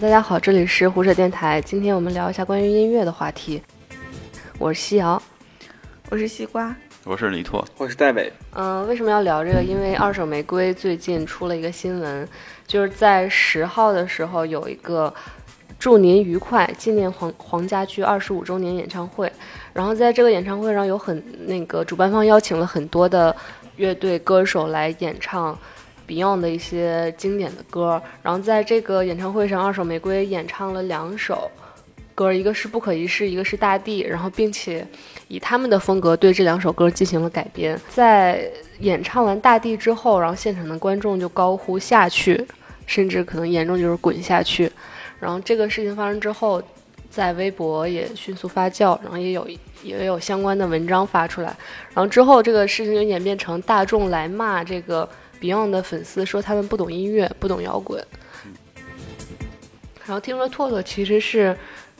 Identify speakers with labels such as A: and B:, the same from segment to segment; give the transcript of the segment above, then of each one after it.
A: 大家好，这里是胡扯电台，今天我们聊一下关于音乐的话题。我是西瑶，
B: 我是西瓜，
C: 我是李拓，
D: 我是戴伟。
A: 嗯、为什么要聊这个？因为二手玫瑰最近出了一个新闻，就是在十号的时候有一个祝您愉快纪念黄黄家驹二十五周年演唱会，然后在这个演唱会上有很那个主办方邀请了很多的乐队歌手来演唱 Beyond 的一些经典的歌，然后在这个演唱会上，二手玫瑰演唱了两首。歌，一个是《不可一世》，一个是《大地》，然后并且以他们的风格对这两首歌进行了改编。在演唱完《大地》之后，然后现场的观众就高呼下去，甚至可能严重就是滚下去。然后这个事情发生之后，在微博也迅速发酵，然后也有也有相关的文章发出来。然后之后这个事情就演变成大众来骂这个 Beyond 的粉丝，说他们不懂音乐，不懂摇滚。然后听说拓拓其实是，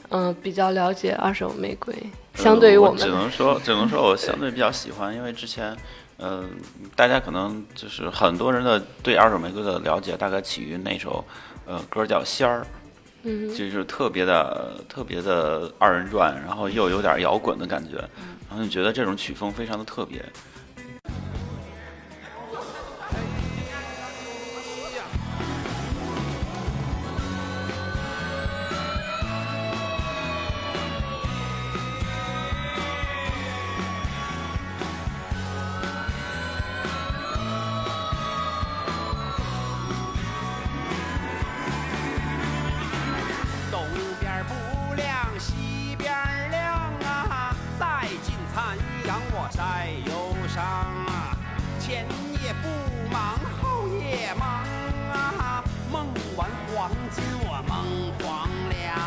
A: 嗯、比较了解二手玫瑰，相对于
C: 呃我
A: 们
C: 只能说，只能说我相对比较喜欢，因为之前，嗯、大家可能就是很多人的对二手玫瑰的了解，大概起于那首，呃，歌叫《仙儿》，
A: 嗯哼
C: 就是特别的、特别的二人转，然后又有点摇滚的感觉，
A: 嗯
C: 然后就觉得这种曲风非常的特别。
E: 东边儿不亮西边儿亮啊，再进残阳我晒忧伤啊，前夜不忙后夜忙啊，梦完黄金我梦黄粱，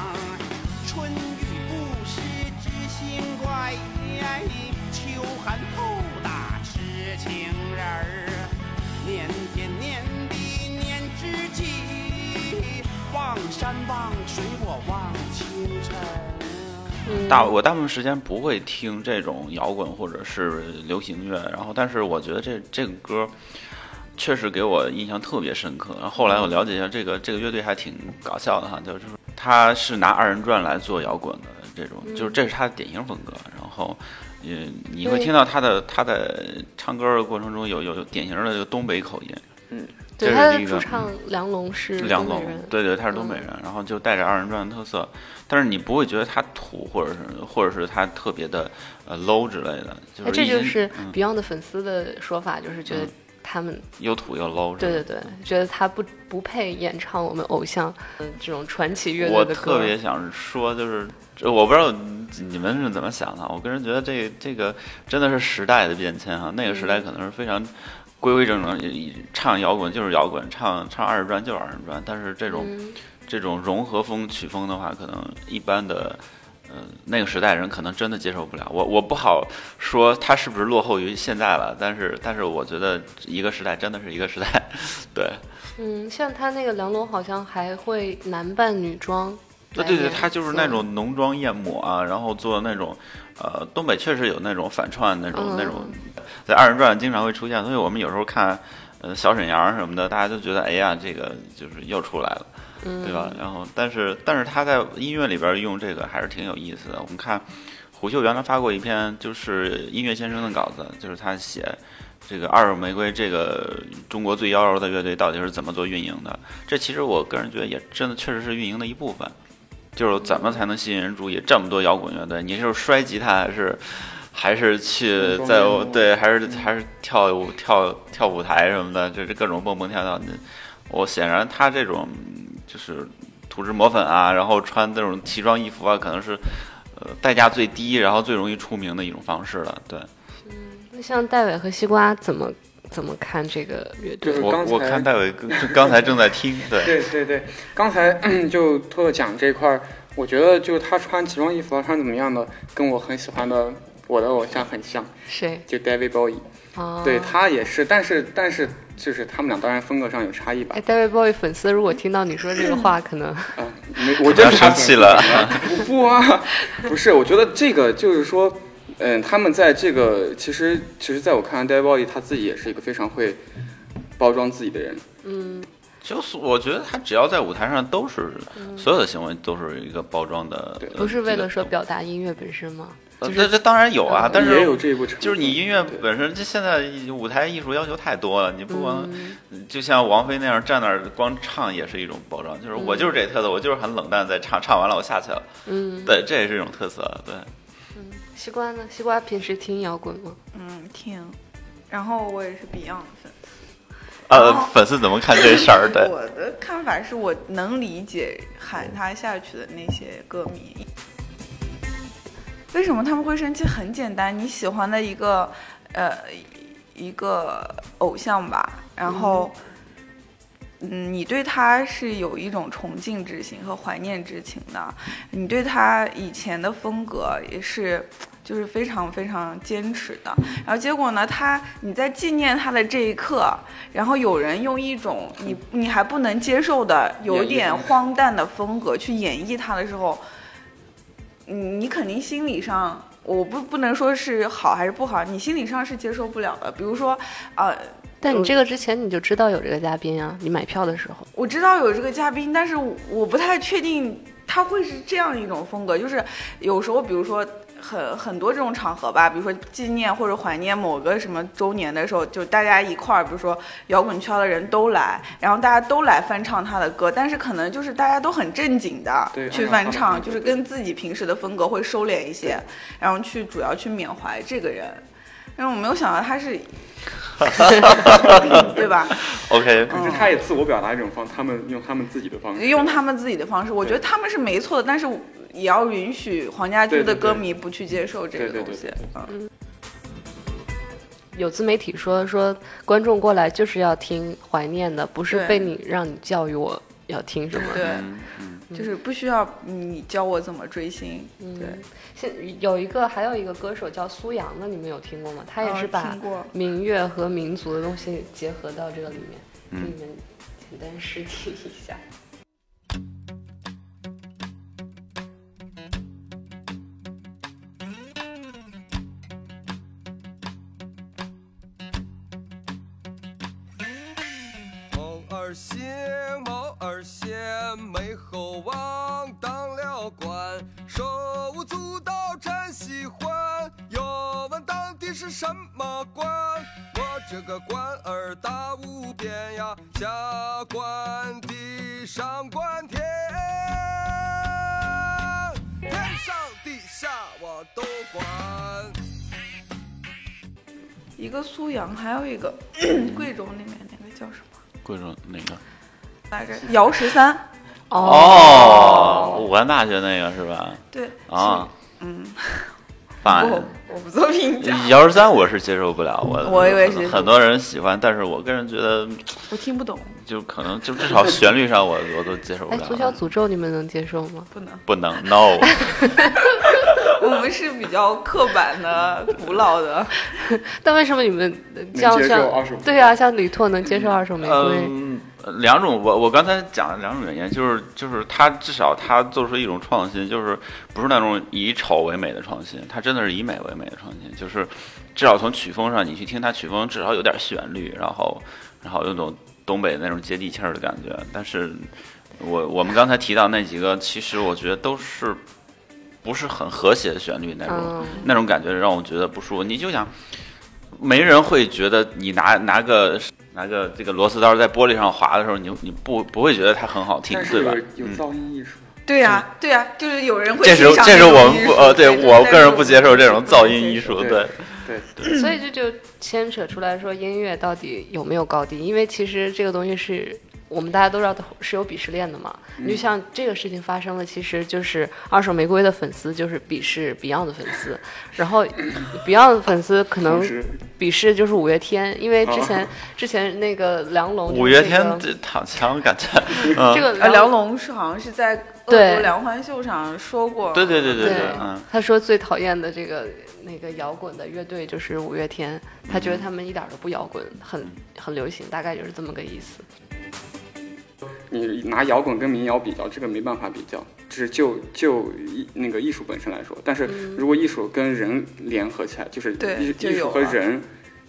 E: 春雨不湿知心怪，秋寒透打痴情人儿。年天念地念知己，望山望水我望清晨。
A: 嗯
C: 大我大部分时间不会听这种摇滚或者是流行乐，然后但是我觉得这这个歌确实给我印象特别深刻。然后后来我了解一下，这个这个乐队还挺搞笑的哈，就是他是拿二人转来做摇滚的这种，就是这是他的典型风格。然后，嗯，你会
A: 对
C: 听到他的他在唱歌的过程中有有有典型的这个东北口音，
A: 对
C: 这
A: 他
C: 是
A: 的
C: 第一
A: 主
C: 个嗯
A: 唱梁龙是
C: 梁
A: 东北
C: 龙
A: 人，嗯
C: 对对，他是东北人，然后就带着二人转的特色，但是你不会觉得他土，或者是或者是他特别的呃 low 之类的，就
A: 哎，
C: 是
A: 这
C: 一
A: 就
C: 听
A: 是
C: 嗯
A: Beyond 的粉丝的说法，就是觉得
C: 嗯
A: 他们
C: 又土又 low 是
A: 对
C: 吧。
A: 对对，觉得他不不配演唱我们偶像嗯这种传奇乐
C: 我
A: 队的歌。
C: 特别想说，就是这我不知道你们是怎么想的，我个人觉得这这个真的是时代的变迁哈、那个
A: 嗯
C: 时代可能是非常规规整整，一唱摇滚就是摇滚，唱唱二人转就是二人转，但是这种、
A: 嗯
C: 这种融合风曲风的话，可能一般的，呃，那个时代人可能真的接受不了。我我不好说它是不是落后于现在了，但是但是我觉得一个时代真的是一个时代，对，
A: 嗯，像他那个梁龙好像还会男扮女装
C: 对
A: 来演奏。
C: 啊对对，他就是那种浓妆艳抹啊，然后做那种，呃，东北确实有那种反串那种、那种，在二人转经常会出现，所以我们有时候看，呃，小沈阳什么的，大家就觉得哎呀，这个就是又出来了，
A: 嗯
C: 对吧？然后，但是但是他在音乐里边用这个还是挺有意思的。我们看虎嗅原来发过一篇就是音乐先生的稿子，就是他写。这个二手玫瑰，这个中国最妖娆的乐队到底是怎么做运营的？这其实我个人觉得也真的确实是运营的一部分。就是怎么才能吸引人注意？这么多摇滚乐队，你是摔吉他还是还是去
D: 装啊
C: 在
D: 电
C: 我
D: 路
C: 对还是还是跳舞跳跳舞台什么的，就是各种蹦蹦跳跳。你我显然他这种就是涂脂抹粉啊，然后穿那种奇装异服啊，可能是呃代价最低，然后最容易出名的一种方式了。对
A: 那像戴伟和西瓜怎么怎么看这个乐队？
D: 就是
C: 我
D: 刚才
C: 我看戴伟 刚刚才正在听，对
D: 对对对，刚才嗯就托托讲这块儿，我觉得就他穿奇装异服啊，穿怎么样的，跟我很喜欢的我的偶像很像，
A: 谁？
D: 就 David Bowie，、
A: 啊，
D: 对。他也是，但是但是就是他们俩当然风格上有差异吧
A: 哎，，David Bowie 粉丝如果听到你说这个话， 可能
D: 啊、没我 真
C: 要
D: 是他
C: 生气了。
D: 不不啊， 不是，我觉得这个就是说，嗯，他们在这个其实其实在我看来 d a v i d Bowie 他自己也是一个非常会包装自己的人，
A: 嗯，
C: 就是我觉得他只要在舞台上都是、所有的行为都是一个包装的
D: 对，
C: 呃
A: 不是为了说
C: 这个
A: 表达音乐本身吗？
C: 呃
A: 就是嗯
C: 这这当然有啊，但
D: 也
C: 是
D: 有这一部成分
C: 就是你音乐
D: 对
C: 本身，这现在舞台艺术要求太多了，你不光、
A: 嗯
C: 就像王菲那样站那儿光唱也是一种包装，就是我就是这特色，我就是很冷淡在唱，唱完了我下去了，
A: 嗯，
C: 对，这也是一种特色，对。
A: 西瓜呢？西瓜平时听摇滚吗？
B: 嗯，听。然后我也是 Beyond 粉丝。
C: 呃
B: 哦，
C: 粉丝怎么看这事儿？对，
A: 哦
B: 我的看法是我能理解喊他下去的那些歌迷。为什么他们会生气？很简单，你喜欢的一个，呃，一个偶像吧，然后，嗯，你对他是有一种崇敬之情和怀念之情的，你对他以前的风格也是，就是非常非常坚持的。然后结果呢，他你在纪念他的这一刻，然后有人用一种你你还不能接受的、有
D: 演绎
B: 点
D: 方式
B: 荒诞的风格去演绎他的时候，你你肯定心理上，我不不能说是好还是不好，你心理上是接受不了的。比如说，呃，
A: 但你
B: 有
A: 这个之前你就知道有这个嘉宾啊，你买票的时候，
B: 我知道有这个嘉宾，但是我我不太确定他会是这样一种风格，就是有时候比如说。很很多这种场合吧，比如说纪念或者怀念某个什么周年的时候，就大家一块儿，比如说摇滚圈的人都来，然后大家都来翻唱他的歌，但是可能就是大家都很正经的
D: 对
B: 去
D: 按
B: 翻
D: 照他
B: 唱，
D: 的
B: 就是跟自己平时的风格会收敛一些，然后去主要去缅怀这个人。但是我没有想到他是，对吧？
C: OK，
D: 可是他也自我表达一种方，他们用他们自己的方式，
B: 用他们自己的方式，我觉得他们是没错的，但是也要允许黄家驹
D: 对对
B: 的
D: 对
B: 歌迷不去接受这
D: 对
B: 个
D: 对
B: 东
D: 对
B: 西
D: 对。
B: 嗯，
A: 有自媒体说说观众过来就是要听怀念的，不是
B: 对
A: 被你让你教育我要听什么。
B: 对，
C: 嗯嗯，
B: 就是不需要你教我怎么追星。对，
A: 嗯现有一个还有一个歌手叫苏阳的，你们有听过吗？他也
B: 哦
A: 是把
B: 听过
A: 民乐和民族的东西结合到这个里面，
C: 嗯
A: 给你们简单试听一下。
F: 猫儿星，猫儿仙，美猴王当了官，手舞足蹈真喜欢。要问当的是什么官？我这个官儿大无边呀，下官的上官天，天上地下我都管。
B: 一个苏阳，还有 一个贵州那边那个叫什么
C: 贵州哪个？
B: 来着？姚十三。
C: 哦，武汉大学那个是吧？
B: 对，
C: 啊，哎
B: 嗯，
C: fine
B: 我。我不做评价，
C: 姚十三我是接受不了，我
B: 我也是
C: 很多人喜欢，但是我个人觉得，
B: 我听不懂，
C: 就可能就至少旋律上我我都接受不
A: 哎，
C: 了。
A: 足球诅咒你们能接受吗？
B: 不能。
C: 不能 no，
B: 我们是比较刻板的、古老的。
A: 但为什么你们呃
D: 接
A: 像
D: 受
A: 像
D: 二手玫瑰
A: 对啊，像李拓能接受二手玫瑰？
C: 嗯，两种，我我刚才讲了两种原因，就是就是他至少他做出一种创新，就是不是那种以丑为美的创新，他真的是以美为美的创新，就是至少从曲风上，你去听他曲风，至少有点旋律，然后然后有种东北那种接地气儿的感觉。但是我我们刚才提到那几个，其实我觉得都是不是很和谐的旋律那种。
A: 嗯，
C: 那种感觉让我觉得不舒服。你就想，没人会觉得你拿拿个拿个这个螺丝刀在玻璃上划的时候，你你不不会觉得它很好听
D: 但，
C: 对
D: 是
C: 吧？
D: 有有
C: 嗯，
D: 噪音艺术。
B: 对呀、对呀、就是有人会
C: 这是
B: 欣赏
C: 这是
B: 种
C: 我们
B: 艺
C: 不
B: 术
C: 呃，对
B: 对
C: 我
B: 但
C: 个
B: 是
C: 人不接受这种
B: 不
C: 噪
B: 能
C: 音
B: 接
C: 艺术，
D: 对
C: 对，
D: 对，
A: 嗯所以这就牵扯出来说音乐到底有没有高低？因为其实这个东西是我们大家都知道的是有鄙视链的嘛。你
D: 嗯
A: 就像这个事情发生了，其实就是二手玫瑰的粉丝就是鄙视 Beyond 的粉丝，然后 Beyond 的粉丝可能
D: 同时
A: 鄙视就是五月天，因为之前之前那个梁龙就是
C: 五月
A: 这
C: 天嗯
A: 个
C: 这躺枪感 觉，
A: 这个
B: 呃，梁龙是好像是在恶
A: 对
B: 毒梁欢秀上说过，
C: 对对对
A: 对
C: 对，嗯，
A: 他说最讨厌的这个那个摇滚的乐队就是五月天，他觉得他们一点儿都不摇滚，很很流行，大概就是这么个意思。
D: 你拿摇滚跟民谣比较，这个没办法比较，只是就就艺那个艺术本身来说。但是如果艺术跟人联合起来，就是
B: 对
D: 艺
B: 就
D: 艺术
B: 有
D: 和
B: 了
D: 人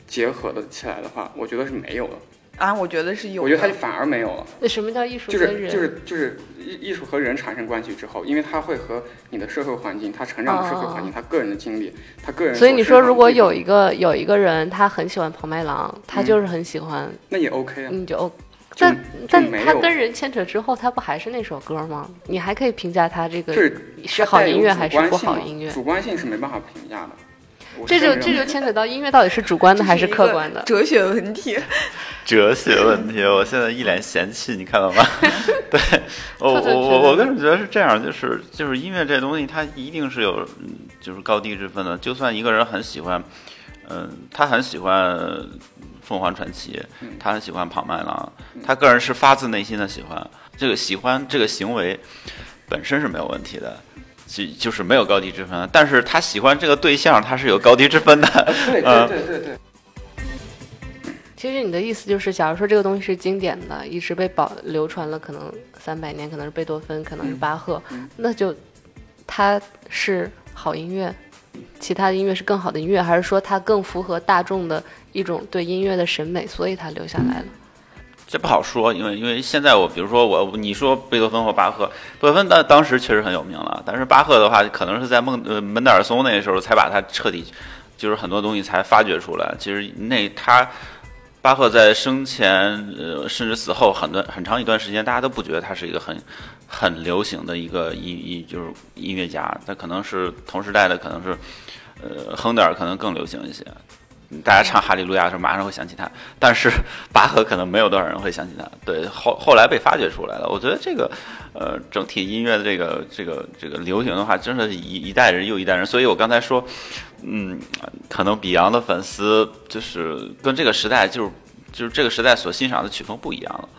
D: 结合的起来的话，我觉得是没有的。
B: 啊，我觉得是有的。
D: 我觉得他反而没有了。
A: 那什么叫艺术
D: 就
A: 跟
D: 是
A: 人？
D: 就是就是艺艺术和人产生关系之后，因为它会和你的社会环境、他成长的社会环境、他个人的经历、他个人
A: 所以你说，
D: 生长的
A: 如果
D: 地方
A: 有一个有一个人，他很喜欢庞麦郎，他就是很喜欢，嗯
D: 那也 OK 啊，
A: 你就 O。但但
D: 没
A: 他
D: 有
A: 跟人牵扯之后，他不还是那首歌吗？你还可以评价他这个
D: 这
A: 是好音乐还是不
D: 主观
A: 好
D: 性嘛
A: 音乐
D: 主观性是没办法评价的。我
A: 这
D: 是
A: 就
D: 么
A: 这
D: 认
A: 就
D: 为
A: 牵扯到音乐到底是主观的还是客观的？
B: 哲学问题。
C: 哲学问题，我现在一脸嫌弃，你看到 吗？对我
A: 特别觉
C: 我
A: 得
C: 我我个人觉得是这样，就是就是音乐这东西，它一定是有嗯就是高低之分的。就算一个人很喜欢，嗯、他很喜欢凤凰传奇，他很喜欢庞麦郎，
A: 嗯
C: 他个人是发自内心的喜欢，这个喜欢这个行为本身是没有问题的。就就是没有高低之分的，但是他喜欢这个对象，他是有高低之分的。
D: 呃对
C: 嗯
D: 对对对对。
A: 其实你的意思就是，假如说这个东西是经典的，一直被保流传了，可能三百年，可能是贝多芬，可能是巴赫，
C: 嗯
A: 那就它是好音乐，其他的音乐是更好的音乐，还是说它更符合大众的一种对音乐的审美，所以它留下来了？
C: 啊这不好说，因为因为现在我比如说我你说贝多芬或巴赫，贝多芬当当时确实很有名了，但是巴赫的话，可能是在孟呃门德尔松那时候才把他彻底，就是很多东西才发掘出来。其实那他巴赫在生前呃甚至死后很多很长一段时间，大家都不觉得他是一个很很流行的一个音音就是音乐家，他可能是同时代的，可能是呃亨德尔可能更流行一些。大家唱《哈利路亚》的时候，马上会想起他，但是巴赫可能没有多少人会想起他。对，后后来被发掘出来了。我觉得这个，呃，整体音乐的这个这个这个流行的话，真的是一一代人又一代人。所以我刚才说，嗯，可能比昂的粉丝就是跟这个时代就是就是这个时代所欣赏的曲风不一样了。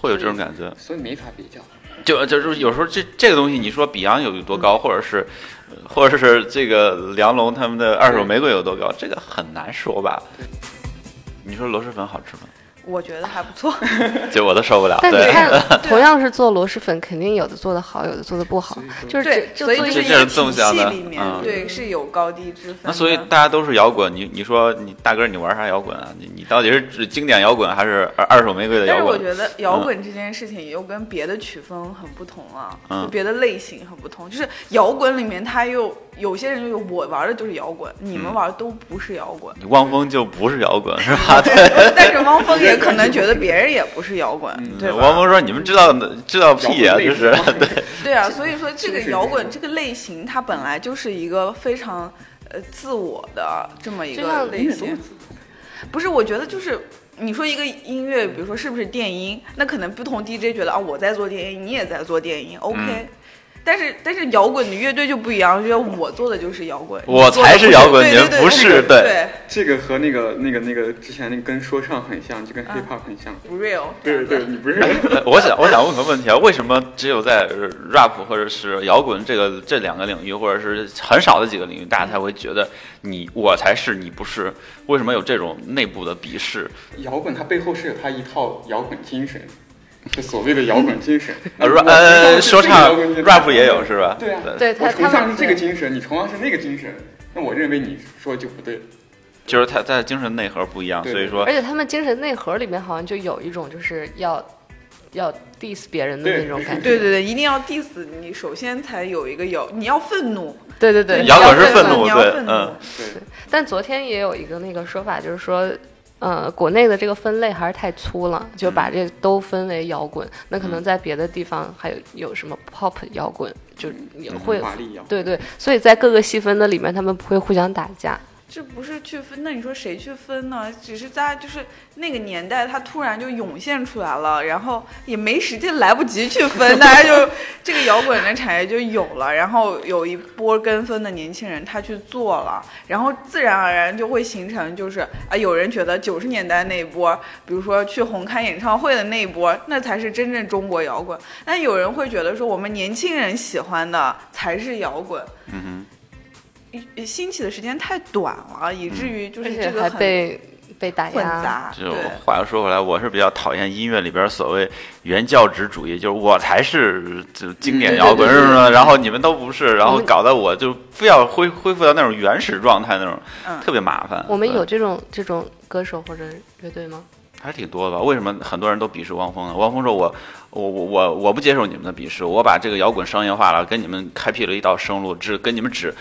C: 会有这种感觉，
D: 所以没法比较。
C: 就就是有时候这这个东西，你说比昂有多高，或者是，呃或者是这个梁龙他们的二手玫瑰有多高，这个很难说吧？你说螺蛳粉好吃吗？
B: 我觉得还不 错，
C: 这我都受不了。
A: 但你
C: 对，
A: 看，同样是做螺蛳粉，肯定有的做的好，有的做的不好，就是
B: 对，
A: 这
B: 所以
A: 做一
B: 是
A: 个
B: 一
C: 这是
B: 个
C: 纵
B: 体
C: 向
B: 系
C: 的
B: 里面，
C: 嗯
B: 对，是有高低之分的。
C: 那所以大家都是摇滚，你你说你大哥你玩啥摇滚啊？你你到底是指经典摇滚还是二二手玫瑰的
B: 但是
C: 摇
B: 我
C: 滚？
B: 觉得摇滚这件事情又跟别的曲风很不同啊，
C: 嗯
B: 就别的类型很不同。就是摇滚里面，它又有些人就是我玩的就是摇滚，你
C: 嗯
B: 们玩的都不是摇滚。
C: 你汪峰就不是摇滚是吧？
B: 但是汪峰也可能觉得别人也不是摇滚，对吧？
C: 嗯 汪峰说你们知道知道屁呀、
D: 摇滚
C: 就
D: 类
C: 是
D: 似
C: 对，
B: 对啊，所以说这个
D: 是是
B: 摇滚这个类型，它本来就是一个非常呃自我的这么一
A: 就
B: 个
A: 像
B: 类型。不是，我觉得就是你说一个音乐，比如说是不是电音，那可能不同 DJ 觉得啊，我在做电音，你也在做电音，OK、
C: 嗯
B: 但是但是摇滚的乐队就不一样，觉得我做的就是摇滚，
C: 我
B: 你做的
C: 才是摇滚
B: 对
C: 你们
B: 对对
C: 不
B: 对
C: 是
B: 对
C: 对
D: 这个和那个那个那个之前那个跟说唱很像，就跟 hip hop 很像。
B: 不 real 这
D: 嗯对
B: 样子。
D: 对，你不是
C: 我想我想问个问题啊，为什么只有在呃 rap 或者是摇滚这个这两个领域，或者是很少的几个领域，大家才会觉得你我才是你不是？为什么有这种内部的鄙视？
D: 摇滚，它背后是有它一套摇滚精神，就所谓的摇滚精神。
C: 呃
D: 那
C: ，ra-
D: 我崇
C: 呃，
D: 尚是
C: 说
D: 这个摇
C: 唱
D: 滚精神
C: rap 也有是吧？
D: 对啊
A: 对他
D: 我
A: 他
D: 崇尚是这个
A: 们
D: 精神，你崇尚是那个精神，那我认为你说就不对。
C: 就是他他的精神内核不一样，
D: 对
C: 所以说
A: 而且他们精神内核里面好像就有一种就是要要 diss 别人的
D: 对
A: 那种感觉。
B: 对对对，一定要 diss 你，首先才有一个摇，你要愤怒，
A: 对对对，
B: 你
C: 摇
B: 要
C: 滚是愤怒
B: 你要
C: 对
B: 愤怒，
C: 嗯
D: 对，
A: 但昨天也有一个那个说法，就是说，呃，国内的这个分类还是太粗了，
B: 嗯
A: 就把这都分为摇滚。那可能在别的地方还有有什么 pop 摇滚，就也会。
B: 嗯
D: 华丽摇滚。
A: 对对，所以在各个细分的里面，他们不会互相打架。
B: 这不是去分，那你说谁去分呢？只是大家就是那个年代，它突然就涌现出来了，然后也没时间来不及去分， 大家就这个摇滚的产业就有了，然后有一波跟风的年轻人他去做了，然后自然而然就会形成就是啊，有人觉得九十年代那一波，比如说去红磡演唱会的那一波，那才是真正中国摇滚，但有人会觉得说我们年轻人喜欢的才是摇滚，
C: 嗯
B: 一兴起的时间太短了，以至于就
A: 而
B: 是
A: 且
B: 嗯这个
A: 还
B: 很
A: 被被打
B: 混
A: 压。
B: 杂
C: 哼，，嗯就
B: 对，
C: 话又说回来，我是比较讨厌音乐里边所谓原教旨主义，就是我才是就经典
A: 嗯
C: 摇
A: 对
C: 滚是
A: 对
C: 不
A: 对
C: 是？然后你们都不是，然
A: 我
C: 后
A: 们
C: 搞得我就非要恢恢复到那种原始状态那种，
B: 嗯
C: 特别麻烦。
A: 我们
C: 对
A: 有这种这种歌手或者乐队吗？
C: 还是挺多的吧？为什么很多人都鄙视汪峰呢？汪峰说我我我我我不接受你们的鄙视，我把这个摇滚商业化了，跟你们开辟了一道生路，只跟你们指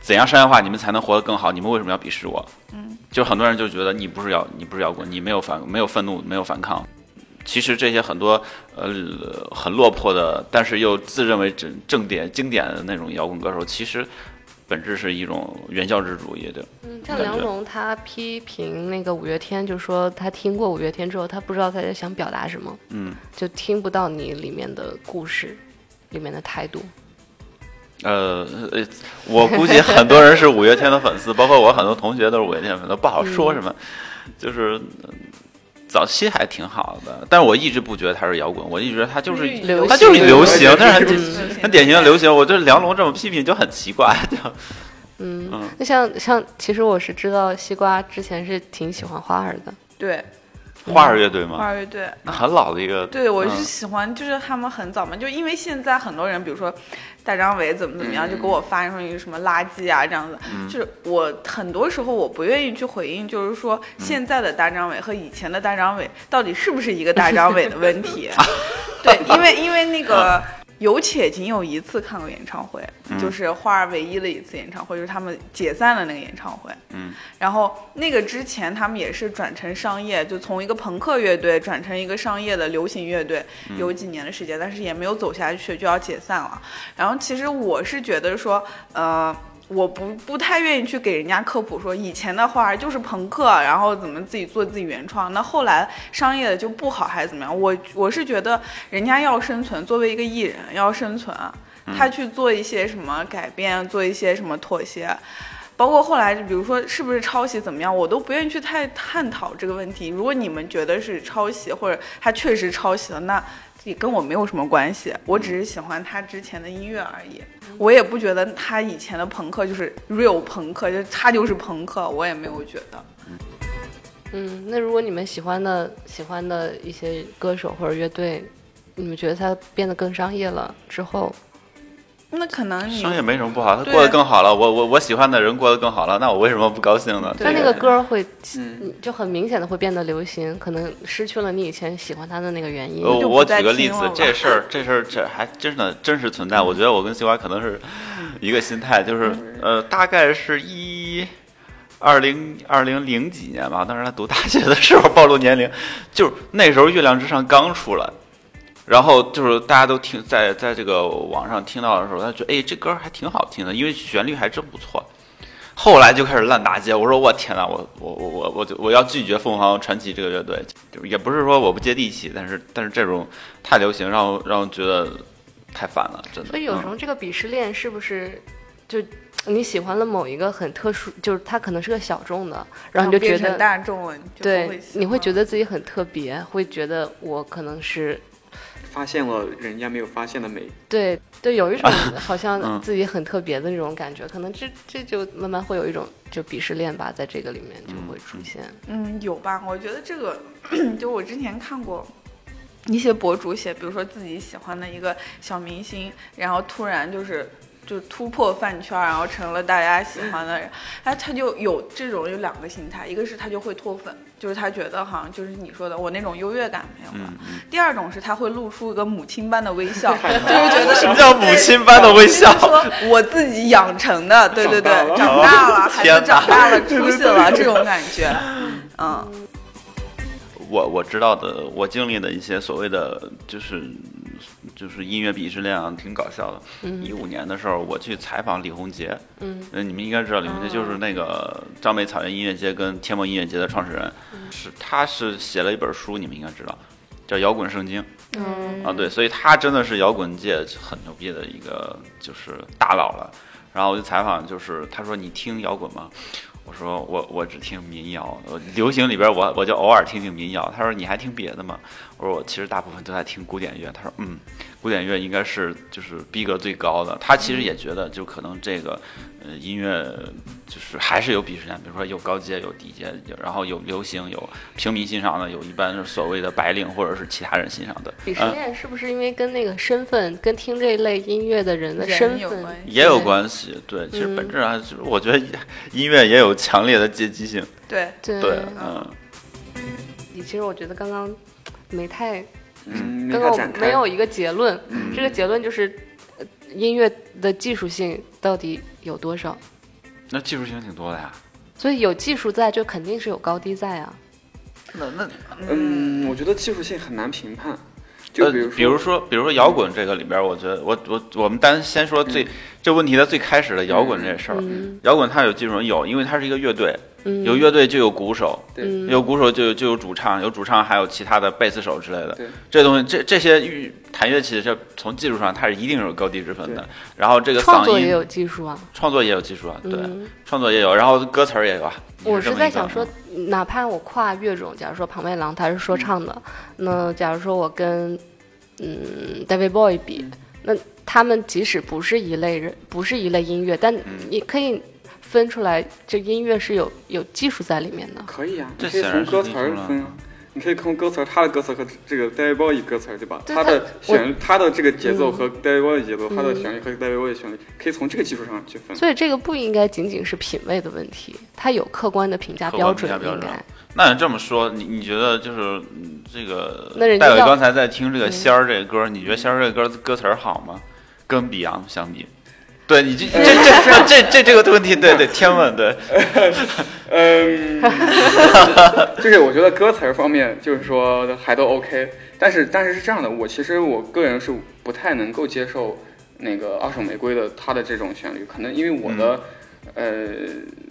C: 怎样商业化你们才能活得更好，你们为什么要鄙视我？
B: 嗯，
C: 就很多人就觉得你不是摇你不是摇滚，你没有反没有愤怒，没有反抗。其实这些很多呃很落魄的，但是又自认为正正点经典的那种摇滚歌手，其实本质是一种原教旨主义的。
A: 嗯，像梁
C: 感觉
A: 龙他批评那个五月天，就说他听过五月天之后，他不知道他在想表达什么，
C: 嗯，
A: 就听不到你里面的故事，里面的态度。
C: 呃，呃，我估计很多人是五月天的粉丝，包括我很多同学都是五月天粉丝，不好说什么。就是嗯早期还挺好的，但是我一直不觉得他是摇滚，我一直觉得他就是
A: 流
C: 他就是
A: 行
C: 流行，但是
A: 流
C: 很
A: 行
C: 很典型的流行。我觉得梁龙这么批评就很奇怪，就
A: 嗯，
C: 嗯
A: 那像像其实我是知道西瓜之前是挺喜欢花儿的，
B: 对，
C: 花儿乐队
B: 花
C: 嘛，
B: 儿乐队。
C: 那很老的一个。
B: 对，我是
C: 嗯
B: 喜欢，就是他们很早嘛，就因为现在很多人，比如说大张伟怎么怎么样，就给我发说你什么垃圾啊这样子，就是我很多时候我不愿意去回应，就是说现在的大张伟和以前的大张伟到底是不是一个大张伟的问题？对，因为因为那个。有且仅有一次看过演唱会，就是花儿唯一的一次演唱会，就是他们解散了那个演唱会。然后那个之前他们也是转成商业，就从一个朋克乐队转成一个商业的流行乐队，有几年的时间，但是也没有走下去，就要解散了。然后其实我是觉得说，呃。我不不太愿意去给人家科普说以前的花儿就是朋克，啊然后怎么自己做自己原创，那后来商业的就不好还是怎么样？我我是觉得人家要生存，作为一个艺人要生存啊，他去做一些什么改变，做一些什么妥协，包括后来，比如说是不是抄袭怎么样，我都不愿意去太探讨这个问题。如果你们觉得是抄袭，或者他确实抄袭了，那也跟我没有什么关系。我只是喜欢他之前的音乐而已，我也不觉得他以前的朋克就是 real 朋克，就是他就是朋克，我也没有觉得。
A: 嗯，那如果你们喜欢的喜欢的一些歌手或者乐队，你们觉得他变得更商业了之后，
B: 那可能你
C: 商业没什么不好，他
B: 对
C: 过得更好了。我我我喜欢的人过得更好了，那我为什么不高兴呢？
A: 他
C: 这
A: 那
C: 个
A: 个歌会
D: 嗯，
A: 嗯就很明显的会变得流行，可能失去了你以前喜欢他的那个原因。
C: 呃，
B: 就不
C: 我
B: 再
C: 举个
B: 听
C: 例子
B: 了吧，
C: 这事儿，这事儿，这还真的真实存在。我觉得我跟西瓜可能是一个心态，就是
B: 嗯
C: 呃，大概是一二零二零零几年吧，当时他读大学的时候暴露年龄，就是那时候《月亮之上》刚出来，然后就是大家都听在在这个网上听到的时候，他觉得哎，这歌还挺好听的，因为旋律还真不错。后来就开始烂大街，我说我天呐，我我我我我就我要拒绝凤凰传奇这个乐队，就是也不是说我不接地气，但是但是这种太流行，让我让我觉得太烦了，真的。
A: 所以有时候这个鄙视链是不是就你喜欢了某一个很特殊，就是他可能是个小众的，然后你就觉
B: 变成
A: 得
B: 大众了，你就不
A: 对，你会
B: 会
A: 觉
B: 得
A: 得自己很特别，会觉得我可能是
D: 发现了人家没有发现的美。
A: 对对，有一种好
C: 嗯
A: 像自己很特别的那种感觉，可能这这就慢慢会有一种就鄙视链吧，在这个里面就会出现。
B: 嗯，有吧？我觉得这个， 就我之前看过一些博主写，比如说自己喜欢的一个小明星，然后突然就是就突破饭圈，然后成了大家喜欢的人，哎，他就有这种有两个心态，一个是他就会脱粉，就是他觉得好像就是你说的我那种优越感没有了；
C: 嗯，嗯
B: 第二种是他会露出一个母亲般的微 笑，就是觉得
C: 什么叫母亲般的微笑？
B: 说我自己养成的，对对对，
D: 长大
B: 长大了，
D: 了
B: 孩
C: 天
B: 子
C: 哪
B: 长大了，出息了，这种感觉，嗯。
C: 我我知道的，我经历的一些所谓的就是就是音乐鄙视链啊，挺搞笑的。一五、年的时候，我去采访李洪杰，
A: 嗯，
C: 呃，你们应该知道李洪杰就是那个张北草原音乐节跟天梦音乐节的创始人，是他是写了一本书，你们应该知道，叫《摇滚圣经》。
A: 嗯
C: 啊，对，所以他真的是摇滚界很牛逼的一个就是大佬了。然后我就采访，就是他说你听摇滚吗？我说我我只听民谣，呃流行里边我我就偶尔听听民谣。他说你还听别的吗？我说我其实大部分都在听古典乐。他说嗯，古典乐应该是就是逼格最高的。他其实也觉得就可能这个呃音乐就是还是有鄙视链，比如说有高阶有低阶，有然后有流行有平民欣赏的，有一般是所谓的白领或者是其他人欣赏的。
A: 鄙视
C: 嗯
A: 链是不是因为跟那个身份，跟听这一类音乐的人的
B: 人
A: 身
B: 有
A: 份
B: 关系
C: 也有关系，对，
A: 嗯
C: 其实本质上就是我觉得音乐也有强烈的阶级性，
B: 对，
A: 对
C: 对，嗯，
A: 以题，其实我觉得刚刚没太
D: 嗯，没
A: 刚
D: 法
A: 刚我
D: 展开。
A: 没有一个结论，这个结论就是呃音乐的技术性到底有多少？
C: 那技术性挺多的呀。
A: 所以有技术在，就肯定是有高低在啊。
C: 那那
D: 嗯，我觉得技术性很难评判。就
C: 呃
D: 比如
C: 比如说，比如说摇滚这个里边儿，我觉得我我我们单先说
D: 嗯
C: 最、这问题的最开始的摇滚这事儿。
A: 嗯
C: 摇滚它有技术人有，因为它是一个乐队，
A: 嗯，
C: 有乐队就有鼓手，
D: 对
A: 嗯
C: 有鼓手就就有主唱，有主唱还有其他的贝斯手之类的
D: 对。
C: 这东西这这些乐弹乐器，这从技术上它是一定有高低之分的。然后这个
A: 创
C: 嗓
A: 作也
C: 音
A: 有技术啊。
C: 创作也有技术啊，对，
A: 嗯
C: 创作也有，然后歌词儿也有啊。
A: 我
C: 是
A: 是
C: 这么
A: 在
C: 一个啊
A: 想说，，哪怕我跨乐种，假如说庞麦郎他是说唱的，
C: 嗯
A: 那假如说我跟嗯 David Boy 比，那他们即使不是一类人，不是一类音乐，
C: 嗯
A: 但你可以分出来，这音乐是有有技术在里面的。
D: 可以啊，
C: 这
D: 你可以
C: 显然是
D: 从歌
C: 可以
D: 词儿
C: 出来
D: 分
C: 的
D: 啊，你可以从歌词儿，他的歌词和这个 David Bowie 歌词儿对吧？
A: 对
D: 他的
A: 他我
D: 旋律，他的这个节奏
A: 嗯
D: 和 David Bowie 节奏，他的旋律和 David Bowie 旋律，可以从这个基础上去分。
A: 所以这个不应该仅仅是品味的问题，它有客观的评价
C: 客观
A: 标
C: 评
A: 准，
C: 价标
A: 应
C: 准啊
A: 该。
C: 那你这么说，你你觉得就是嗯这个
A: 那人家
C: 戴伟
A: 要嗯
C: 刚才在听这个《仙儿》这个歌，你觉得《仙儿》这个歌歌词儿好吗？跟 Beyond 相比，对 你这这这这这这个问题，对对天问，对
D: 嗯，就是我觉得歌词儿方面，就是说还都 OK，但是但是是这样的，我其实我个人是不太能够接受那个二手玫瑰的它的这种旋律，可能因为我的、呃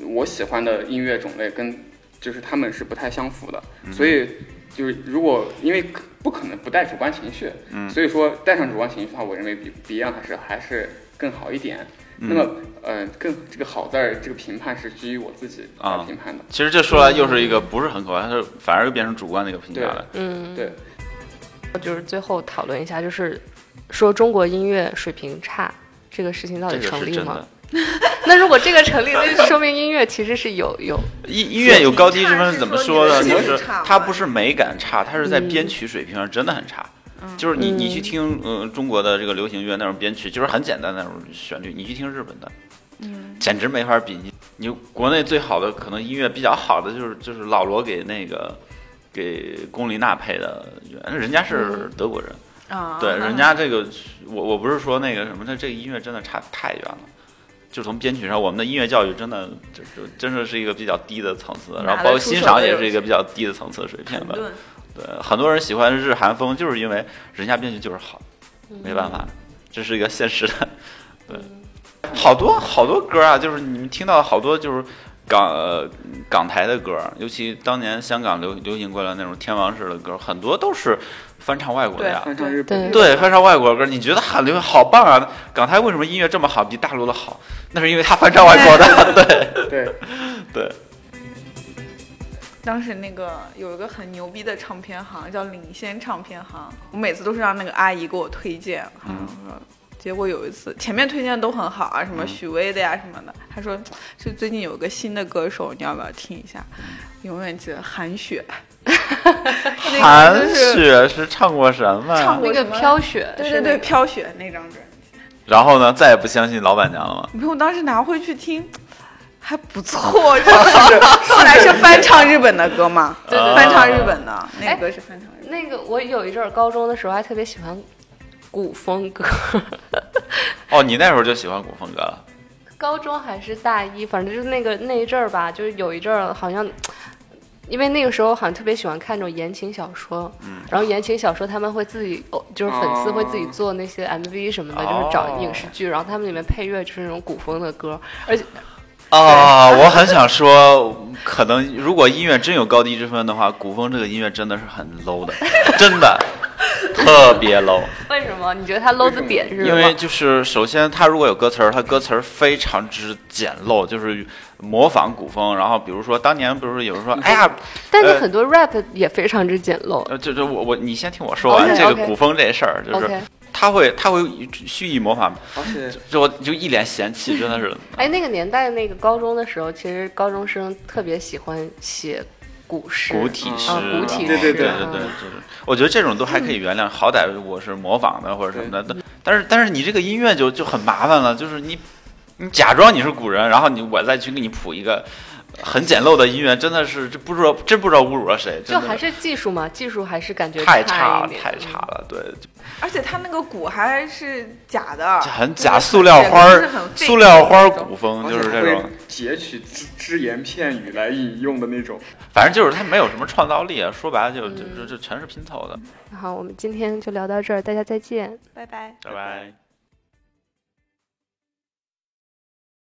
D: 我喜欢的音乐种类跟就是他们是不太相符的，所以就是如果因为可不可能不带主观情绪，所以说带上主观情绪的话，我认为比 Beyond 还是还是更好一点。那么，呃，更这个好字儿，这个评判是基于我自己来
C: 啊
D: 评判的。
C: 其实这说来又是一个不是很客观，它是反而又变成主观的一个评价了。
A: 嗯，
D: 对，
A: 就是最后讨论一下，就是说中国音乐水平差这个事情到
C: 这
A: 底
C: 个
A: 成
C: 是
A: 立
C: 真
A: 吗
C: 的？，
A: 那如果这个成立，那就说明音乐其实是有有，
C: 音音乐有高低之分是怎么说呢？
B: 是
C: 就
B: 说你
C: 是
B: 的技术差吗
C: 它不是美感差，它是在编曲水平上真的很差。
B: 嗯
C: 就是你你去听嗯、呃中国的这个流行乐那种编曲，就是很简单的那种旋律，你去听日本的，
B: 嗯
C: 简直没法比。你你国内最好的可能音乐比较好的就是就是老罗给那个给龚琳娜配的乐，人家是德国人，
B: 啊，
C: 对，人家这个，我我不是说那个什么，他这个音乐真的差太远了。就从编曲上，我们的音乐教育真的就就真的是一个比较低的层次，
B: 拿得
C: 然后包括
B: 出
C: 欣
B: 手
C: 赏
B: 的
C: 也
B: 有
C: 是一个比较低的层次的水平
B: 评
C: 吧。
B: 论
C: 对，很多人喜欢日韩风，就是因为人家编曲就是好，没办
B: 嗯
C: 法， 这是一个现实的。对，好多好多歌啊，就是你们听到好多就是港呃港台的歌，尤其当年香港流流行过来那种天王式的歌，很多都是翻唱外国的
B: 对
C: 呀。
D: 翻唱日本
A: 对
C: 对，翻唱外国歌，你觉得韩流好棒啊？港台为什么音乐这么好，比大陆的好？那是因为他翻唱外 国的。对
D: 对，
C: 对，
B: 当时那个有一个很牛逼的唱片行叫领先唱片行，我每次都是让那个阿姨给我推荐，嗯，结果有一次前面推荐都很好啊，什么许巍的呀什么的，她说就最近有个新的歌手，你要不要听一下？永远记得韩 雪，那个
C: 韩
B: 就是
C: 雪是唱过什么呀？
B: 唱过
A: 那个
B: 什么
A: 飘雪，
B: 对对对，，飘雪那张专辑，
C: 然后呢，再也不相信老板娘了吗？
B: 你朋友当时拿回去听。还不 错，就是后来是翻唱日本的歌嘛，
C: 对对对
B: 翻唱日本的那
A: 哎
B: 个歌是翻唱日本的。
A: 那个我有一阵儿高中的时候还特别喜欢古风歌，
C: 哦，你那会儿就喜欢古风歌了。
A: 高中还是大一，反正就是那个那一阵儿吧，就是有一阵儿好像。因为那个时候好像特别喜欢看这种言情小说，
C: 嗯
A: 然后言情小说他们会自己，哦就是粉丝会自己做那
C: 哦
A: 些 MV 什么的，就是找影视剧，然后他们里面配乐就是那种古风的歌，而且
C: 啊，我很想说，可能如果音乐真有高低之分的话，古风这个音乐真的是很 low 的， 真的特别 low。
A: 为什么你觉得他 low 的点是什
C: 因为呃
A: 么？
C: 就是首先，它如果有歌词儿，它歌词儿非常之简陋，就是模仿古风。然后比如说当年不是有人说，哎呀，
A: 但是
C: 呃
A: 很多 rap 也非常之简陋。
C: 呃，就就我我你先听我说完
A: OK，
C: 这个
A: OK
C: 古风这事儿，就是
A: OK
C: 他会他会蓄意模仿，
D: 而且
C: 就我就一脸嫌弃，真的是。
A: 哎，那个年代，那个高中的时候，其实高中生特别喜欢写古诗、
C: 古体诗，
A: 啊古体
C: 对
D: 诗
C: 对对
D: 啊
C: 对对，就是我觉得这种都还可以原谅，好歹我是模仿的或者什么的，但但是但是你这个音乐就就很麻烦了，就是你你假装你是古人，然后你我再去给你谱一个。很简陋的音乐，真的是这不知道真不知道侮辱了谁，
A: 就
C: 真
A: 还
C: 的
A: 是技术嘛，技术还是感觉
C: 太
A: 差
C: 差
A: 一
C: 了
A: 点嗯
C: 太差。了，对，
B: 而且它那个鼓还是假的，
C: 就很假塑料花
B: 就是
C: 儿
B: 很 fake
C: 塑料花儿古风
D: 而
C: 就
D: 且
C: 是
D: 还
C: 这
D: 会
C: 种，
D: 截取只只言片语来引用的那种。
C: 反正就是他没有什么创造力啊，说白了就就就就全是拼凑的，
A: 好，我们今天就聊到这儿，大家再见。
B: 拜拜。
C: 拜拜。